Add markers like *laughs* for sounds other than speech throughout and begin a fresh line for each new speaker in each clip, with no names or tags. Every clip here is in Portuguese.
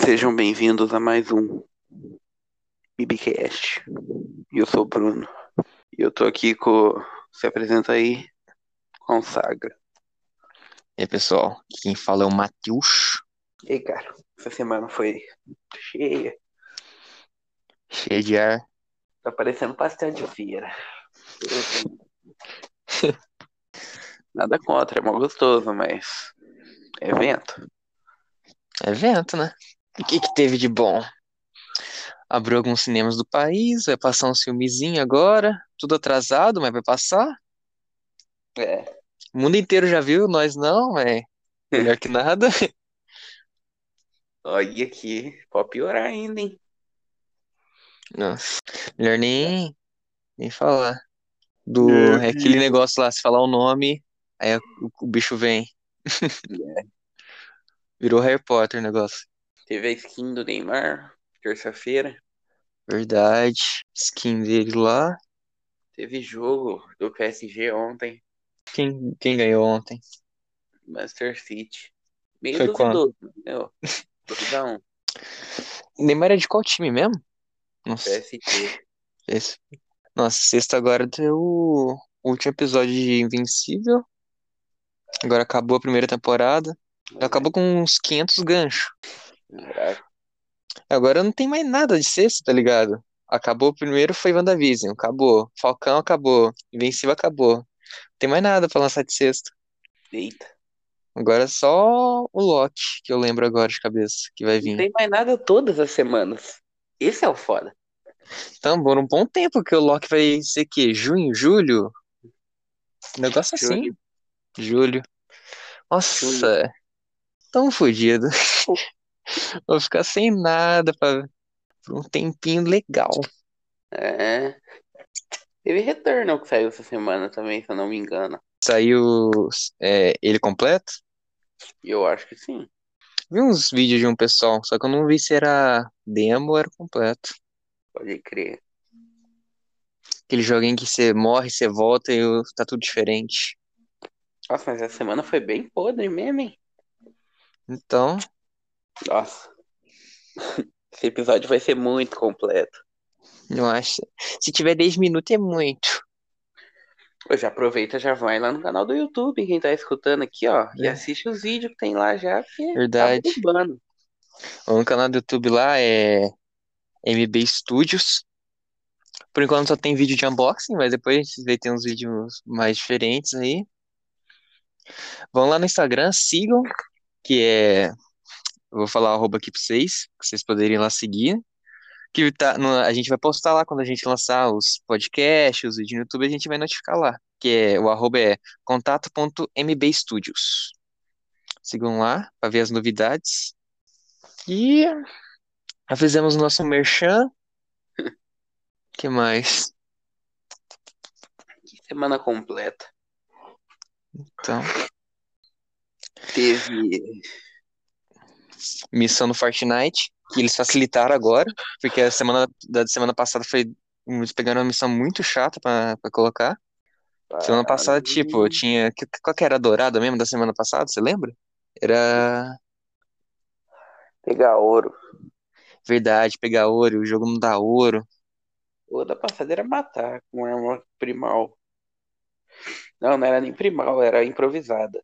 Sejam bem-vindos a mais um BBcast. Eu sou o Bruno. E eu tô aqui com. Se apresenta aí, Consagra.
E aí, pessoal, quem fala é o Matheus.
E aí, cara, essa semana foi cheia.
Cheio de ar.
Tá parecendo pastel de feira. *laughs* Nada contra, é mó gostoso, mas. é Evento.
Evento, né? E o que, que teve de bom? Abriu alguns cinemas do país, vai passar um filmezinho agora. Tudo atrasado, mas vai passar.
É.
O mundo inteiro já viu, nós não, mas melhor que nada.
Olha aqui. Pode piorar ainda, hein?
Nossa, melhor nem, nem falar. Do,
É.
é aquele negócio lá, se falar o nome, aí o, o bicho vem. *laughs* Virou Harry Potter o negócio.
Teve a skin do Neymar, terça-feira.
Verdade. Skin dele lá.
Teve jogo do PSG ontem,
Quem, quem ganhou ontem?
Manchester City. Meio
Foi
duvidoso, entendeu? um
*laughs*
Duvidão,
Neymar é de qual time mesmo?
É.
Nossa,
PSG.
esse. Nossa, sexta agora deu o último episódio de Invencível. Agora acabou a primeira temporada. Já acabou com uns 500 ganchos.
Caraca,
Agora não tem mais nada de sexta, tá ligado? Acabou o primeiro, foi WandaVision. Acabou. Falcão acabou. Invencível acabou. Não tem mais nada pra lançar de sexta.
Eita.
Agora é só o Loki, que eu lembro agora de cabeça, que vai
Não
vir.
tem mais nada todas as semanas. Esse é o foda.
Então, por um bom tempo que o Loki vai ser que junho, julho, Um negócio assim,
Julho.
julho. Nossa, tão fodido. *laughs* Vou ficar sem nada pra, por um tempinho legal.
É. Teve Returnal que saiu essa semana também, se eu não me engano.
Saiu é, ele completo?
Eu acho que sim.
Vi uns vídeos de um pessoal, só que eu não vi se era demo ou era completo.
Pode crer.
Aquele joguinho que você morre, você volta e o- tá tudo diferente.
Nossa, mas essa semana foi bem podre mesmo, hein?
Então,
Nossa. *laughs* Esse episódio vai ser muito completo.
eu acho. Se tiver 10 minutos é muito.
Pô, já aproveita, já vai lá no canal do YouTube, quem tá escutando aqui, ó. E
É.
assiste os vídeos que tem lá já, que
Verdade.
tá bombando.
O meu Um canal do YouTube lá é MB Studios. Por enquanto só tem vídeo de unboxing, mas depois a gente vê tem uns vídeos mais diferentes aí. Vão lá no Instagram, sigam, que é. Eu vou falar o arroba aqui pra vocês, pra vocês poderem ir lá seguir. Que tá, no- a gente vai postar lá quando a gente lançar os podcasts, os vídeos no YouTube, a gente vai notificar lá. Que é, o arroba é contato.mbstudios. Sigam lá pra ver as novidades. E já fizemos o nosso merchan. que mais?
Que semana completa.
Então,
Teve.
missão no Fortnite, que eles facilitaram agora, porque a semana da semana passada foi. Eles pegaram uma missão muito chata pra, pra colocar. Semana
Ah,
passada, tipo, tinha. que- Qual que era a dourada mesmo da semana passada, você lembra? Era
Pegar ouro.
verdade, pegar ouro, o jogo não dá ouro.
O da passadeira é matar com arma primal. Não, não era nem primal, era improvisada.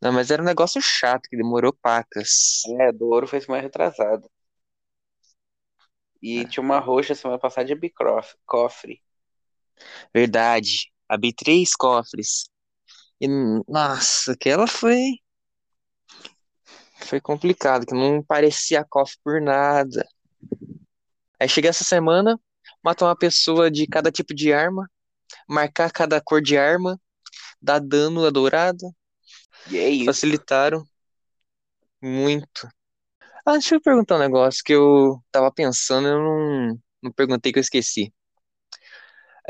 Não, mas era um negócio chato, que demorou pacas.
É, do ouro foi semana retrasada.
É.
E tinha uma roxa semana passada de bicrof, cofre.
Verdade. Abri três cofres. E, nossa, aquela foi. Foi complicado, que não parecia cofre por nada. Aí chega essa semana, matar uma pessoa de cada tipo de arma, marcar cada cor de arma, dar dano à dourada.
E é isso.
Facilitaram muito. Ah, deixa eu perguntar um negócio que eu tava pensando, eu não, não perguntei que eu esqueci.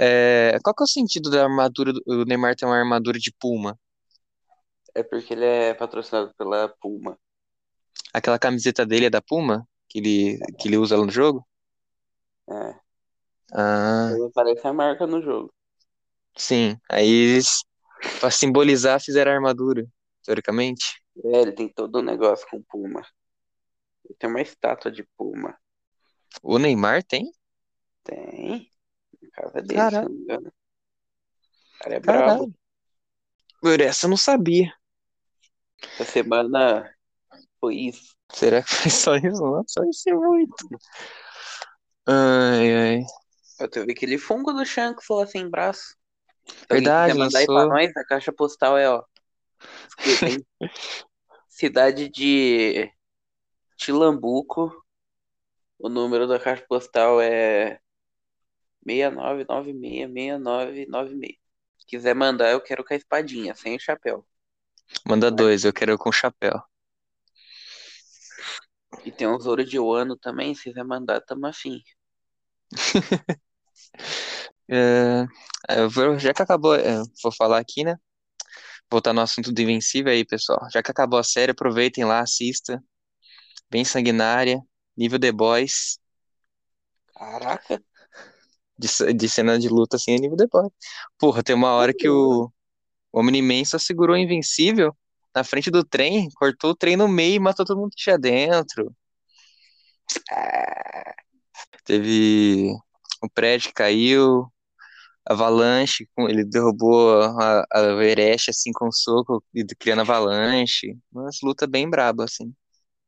É, qual que é o sentido da armadura? do- o Neymar tem uma armadura de Puma,
É porque ele é patrocinado pela Puma.
aquela camiseta dele é da Puma que ele, que ele usa lá no jogo.
É.
Ah,
Ele aparece a marca no jogo.
sim. Aí eles, pra simbolizar, fizeram a armadura, teoricamente.
É, ele tem todo um negócio com Puma. Tem uma estátua de Puma.
O Neymar tem?
Tem. Na casa dele, se
Caralho.
não me engano. O cara é brabo.
Caralho. Por essa eu não sabia.
Essa semana foi isso.
Será que foi só isso? Não, só isso é muito. Ai, ai.
Eu teve aquele fungo do Shanks lá sem assim, braço. Se alguém
Verdade,
quiser mandar aí pra
lançou.
nós, a caixa postal é, ó. escrita em
*laughs*
Cidade de Tilambuco. O número da caixa postal é 69966996. Quiser mandar, eu quero com a espadinha, sem o chapéu.
Manda dois, eu quero com chapéu.
E tem uns ouro de Wano também, se quiser mandar, tamo afim.
É, eu vou- já que acabou, é, vou falar aqui, né? Voltar no assunto do Invencível aí, pessoal. Já que acabou a série, aproveitem lá, assista. Bem sanguinária, nível The Boys,
Caraca,
de, c- de cena de luta assim, é nível The Boys. Porra, tem uma hora que o, o Omni-Man só segurou o Invencível na frente do trem, cortou o trem no meio e matou todo mundo que tinha dentro.
ah,
Teve o prédio que caiu, avalanche, com- ele derrubou a, a o Everest assim com um soco, e criando avalanche. Umas luta bem braba, assim.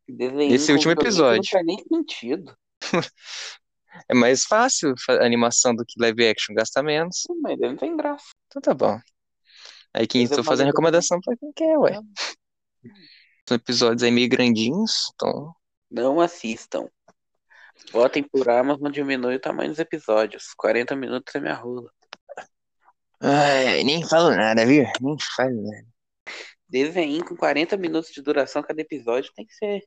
desenho
Esse último
comprovando que não
episódio.
faz nem sentido.
É mais fácil fa- animação do que live action, gasta menos.
Hum, Mas não tem graça.
Então tá bom. Aí quem
Fazer
estou
uma
fazendo
luta assim.
recomendação pra quem quer, ué. São episódios aí meio grandinhos, então
Não assistam. Votem por Amazon, diminui o tamanho dos episódios. 40 minutos é minha rola.
Ai, nem falo nada, viu? Nem falo nada.
Desenho com 40 minutos de duração cada episódio tem que ser.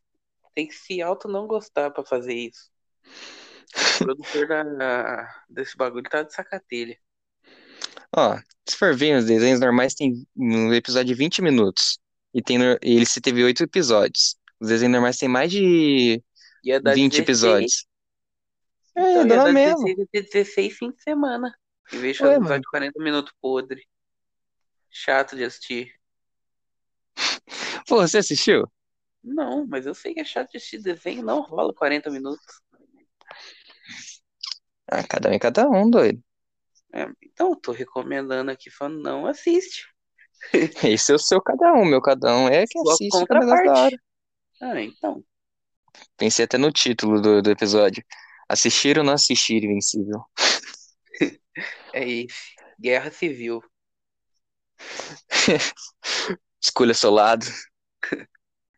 Tem que se auto não gostar pra fazer isso. O produtor da- desse bagulho tá de sacatilha.
Ó, se for ver, os desenhos normais tem um episódio de 20 minutos. E tem no- e ele se teve 8 episódios. Os desenhos normais tem mais de
Ia dar
20
16.
episódios. É,
Então
dá
ia
na
dar
mesma.
16 até 16 fins de semana. Em vez de fazer
Ué,
um episódio
mano.
de 40 minutos podre. Chato de assistir.
Pô, você assistiu?
Não, mas eu sei que é chato de assistir desenho, não rola 40 minutos.
Ah, cada um é cada um, doido.
É, então eu tô recomendando aqui, falando, não assiste.
Esse é o seu cada um, meu cada um é que
Sua
assiste que é um negócio da hora.
contraparte. Ah, então.
Pensei até no título do, do episódio. Assistir ou não assistir, Invencível.
É isso. Guerra Civil.
Escolha seu lado.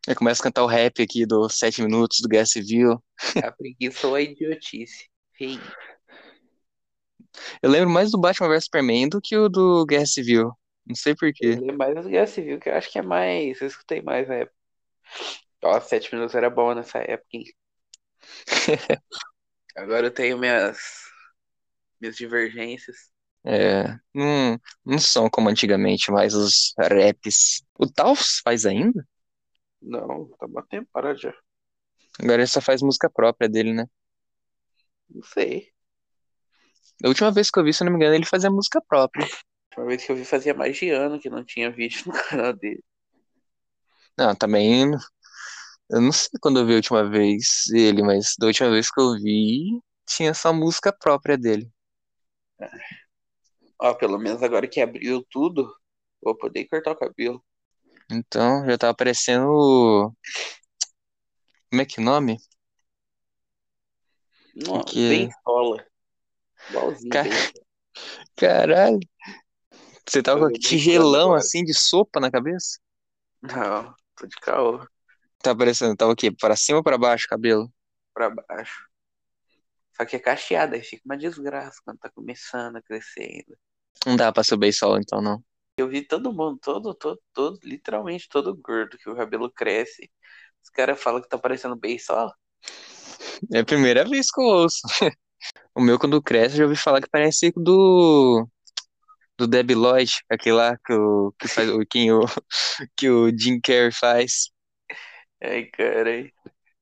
Aí começa a cantar o rap aqui do 7 minutos do Guerra Civil.
A preguiça ou a idiotice. Ei,
Eu lembro mais do Batman vs Superman do que o do Guerra Civil. Não sei por
eu
quê.
lembro mais do Guerra Civil, que eu acho que é mais. Eu escutei mais na época. Ó, sete minutos era bom nessa época, hein? *laughs* Agora eu tenho minhas, minhas divergências.
É, não, não são como antigamente, mas os raps. O Taos faz ainda?
Não, tá bom tempo, para já.
Agora ele só faz música própria dele, né?
Não sei.
A última vez que eu vi, se eu não me engano, ele fazia música própria.
A última vez que eu vi fazia mais de ano que não tinha vídeo *laughs* no canal dele.
Não, também. Eu não sei quando eu vi a última vez ele, mas da última vez que eu vi, tinha só música própria dele.
Ó, pelo menos agora que abriu tudo, vou poder cortar o cabelo.
Então já tava parecendo. o- Como é que é o nome?
Não,
Que...
bem sola. Igualzinho, né?
Ca-
bem.
Caralho! Você tava com
Fazer
aquele
bem sola
tigelão
agora.
assim de sopa na cabeça?
Não, tô de caô.
Tá parecendo, tava o quê? Pra cima ou pra baixo o cabelo?
Pra baixo. Só que é cacheado, aí fica uma desgraça quando tá começando a crescer ainda.
Não dá pra subir solo então, não.
Eu vi todo mundo, todo, todo, todo, literalmente todo gordo que o cabelo cresce. Os caras falam que tá parecendo beisola.
É a primeira vez que eu ouço. *laughs* O meu, quando cresce, eu já ouvi falar que parece com o do. Do Debi Lloyd, aquele lá que, o, que faz o que o, *laughs* que o Jim Carrey faz.
Ai, cara.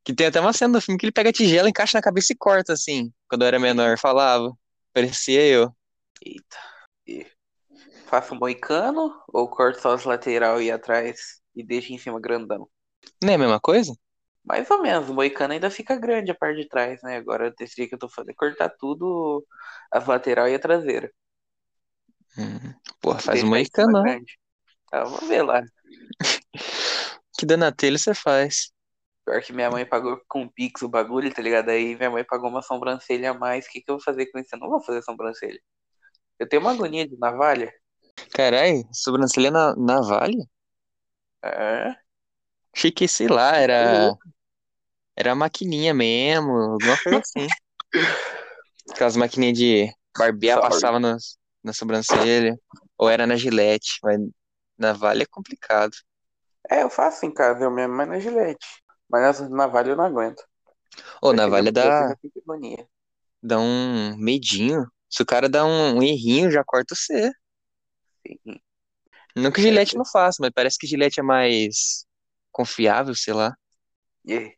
Que tem até uma cena do filme que ele pega a tigela, encaixa na cabeça e corta, assim. Quando eu era menor, eu falava. Parecia eu.
Eita. E faço moicano ou corto só as lateral e atrás e deixo em cima grandão?
Não é a mesma coisa?
Mais ou menos, o Moicano ainda fica grande a parte de trás, né? Agora eu decidi que eu tô fazendo é cortar tudo, as lateral e a traseira.
Hum, Porra, faz
Deixar
uma
em cima
Moicano. né?
grande. Ah, vamos ver lá.
Que danatelho você faz.
Pior que minha mãe pagou com Pix o bagulho, tá ligado? Aí minha mãe pagou uma sobrancelha a mais. O que que eu vou fazer com isso? Eu não vou fazer sobrancelha. Eu tenho uma agonia de navalha.
Caralho, sobrancelha na, na Vale?
É,
Achei que, sei lá,
tá
era,
louco.
era maquininha mesmo, alguma coisa assim. Aquelas maquininhas de barbear
Sorry.
passava nas- na sobrancelha. Ou era na Gillette, mas na Vale é complicado.
É, eu faço em casa, eu mesmo, mas na Gillette. Mas na navalha eu não aguento.
Ou
Já
na
cheguei a
Vale
fazer assim,
dá,
já fico com agonia.
dá um medinho. Se o cara dá um, um errinho, já corta o C.
Sim.
Não que
É,
Gillette não faça, mas parece que Gillette é mais confiável, sei lá.
E aí?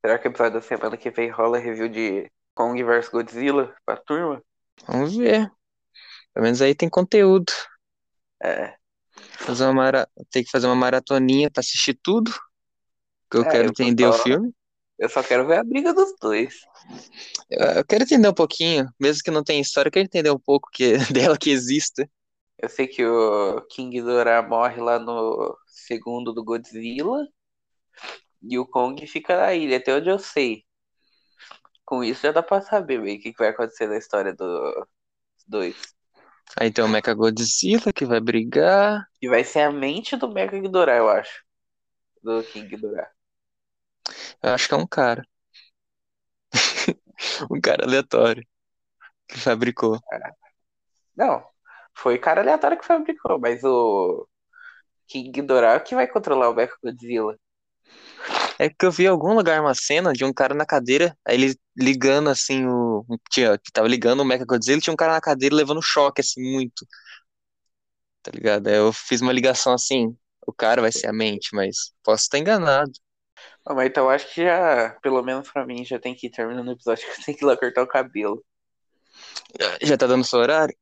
Será que o episódio da semana que vem rola review de Kong vs Godzilla pra turma?
Vamos ver. Pelo menos aí tem conteúdo.
É,
Fazer uma mara... Tem que fazer uma maratoninha pra assistir tudo, que eu
é
quero
eu vou
entender o
só,
filme.
eu só quero ver a briga dos dois.
Eu eu quero entender um pouquinho, mesmo que não tenha história, eu quero entender um pouco que... *laughs* dela que exista.
Eu sei que o King Ghidorah morre lá no segundo do Godzilla e o Kong fica na ilha, até onde eu sei. Com isso já dá pra saber meio que o que vai acontecer na história dos dois.
Aí tem o Mechagodzilla que vai brigar.
E vai ser a mente do Mecha Ghidorah, eu acho. Do King Ghidorah.
Eu acho que é um cara. *laughs* Um cara aleatório que fabricou.
Não, foi o cara aleatório que fabricou, mas o King Ghidorah é que vai controlar o Mecha Godzilla.
É que eu vi em algum lugar uma cena de um cara na cadeira, aí ele ligando assim o. Tinha, que tava ligando o Mechagodzilla, tinha um cara na cadeira levando choque assim muito, tá ligado? Aí eu fiz uma ligação assim, o cara vai ser a mente, mas posso estar enganado.
Ah, mas então acho que já, pelo menos pra mim, já tem que ir terminando o episódio *laughs* que eu tenho que ir lá cortar o cabelo.
Já tá dando seu horário?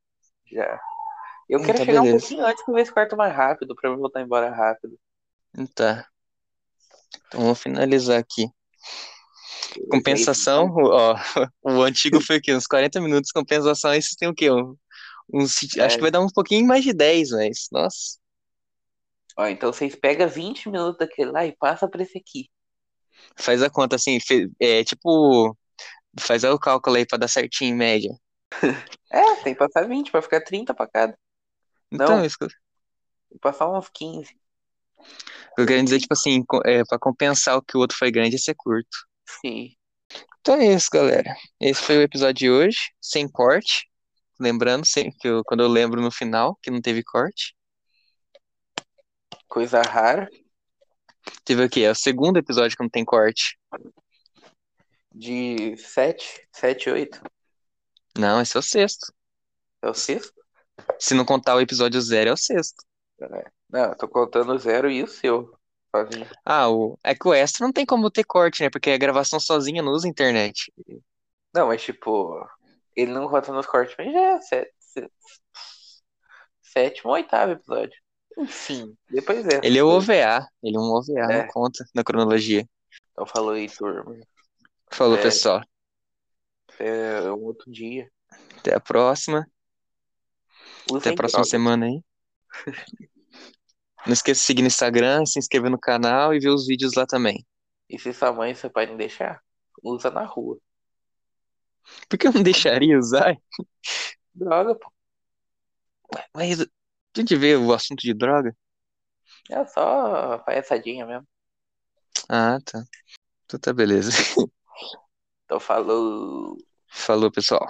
Já. Eu quero
Então
chegar um
beleza.
pouquinho antes que eu ver se corto mais rápido, pra eu voltar embora rápido.
Tá. Então vamos finalizar aqui.
Mas é isso
Compensação,
então.
o- ó, *laughs* o antigo foi o quê? Uns 40 minutos. Compensação, esses tem o quê? Um- Uns, acho
É.
que vai dar um pouquinho mais de 10, mas. Nossa.
Ó, então vocês pegam 20 minutos daquele lá e passa pra esse aqui.
Faz a conta assim, fe- é tipo. Faz o cálculo aí pra dar certinho em média.
É, tem que passar 20 pra ficar 30 pra cada.
Então,
Não,
isso que eu
tem que passar uns 15.
eu quero dizer, tipo assim, co- é, pra compensar o que o outro foi grande, esse é curto.
Sim.
Então é isso, galera. Esse foi o episódio de hoje, sem corte. Lembrando, sem, que eu- quando eu lembro no final, que não teve corte.
Coisa rara
Teve o quê? É o segundo episódio que não tem corte.
de 7, 7, 8.
Não, esse é o sexto.
É o sexto?
Se não contar o episódio zero, é o sexto.
É. Não, eu tô contando o zero e o seu. Sozinho.
Ah, o... é que o extra não tem como ter corte, né? Porque a gravação sozinha não usa internet.
Não, mas tipo, ele não conta nos cortes, mas já é sé- sé- sétimo ou oitavo episódio. Enfim, depois *laughs*
Ele
dessas
é o
coisas.
OVA, ele é um OVA, não
É,
conta na cronologia.
então falou aí, turma.
Falou,
Até,
pessoal.
até um outro dia.
Até a próxima. Até a
Usem
próxima
drogas.
semana aí. Não esqueça de seguir no Instagram, se inscrever no canal e ver os vídeos lá também.
E se sua mãe e seu pai não deixar, usa na rua.
Por que eu não *laughs* deixaria usar?
Droga, pô.
Mas a gente vê o assunto de droga.
É só palhaçadinha mesmo.
Ah, tá. Então tá beleza. *laughs*
Então falou.
Falou, pessoal.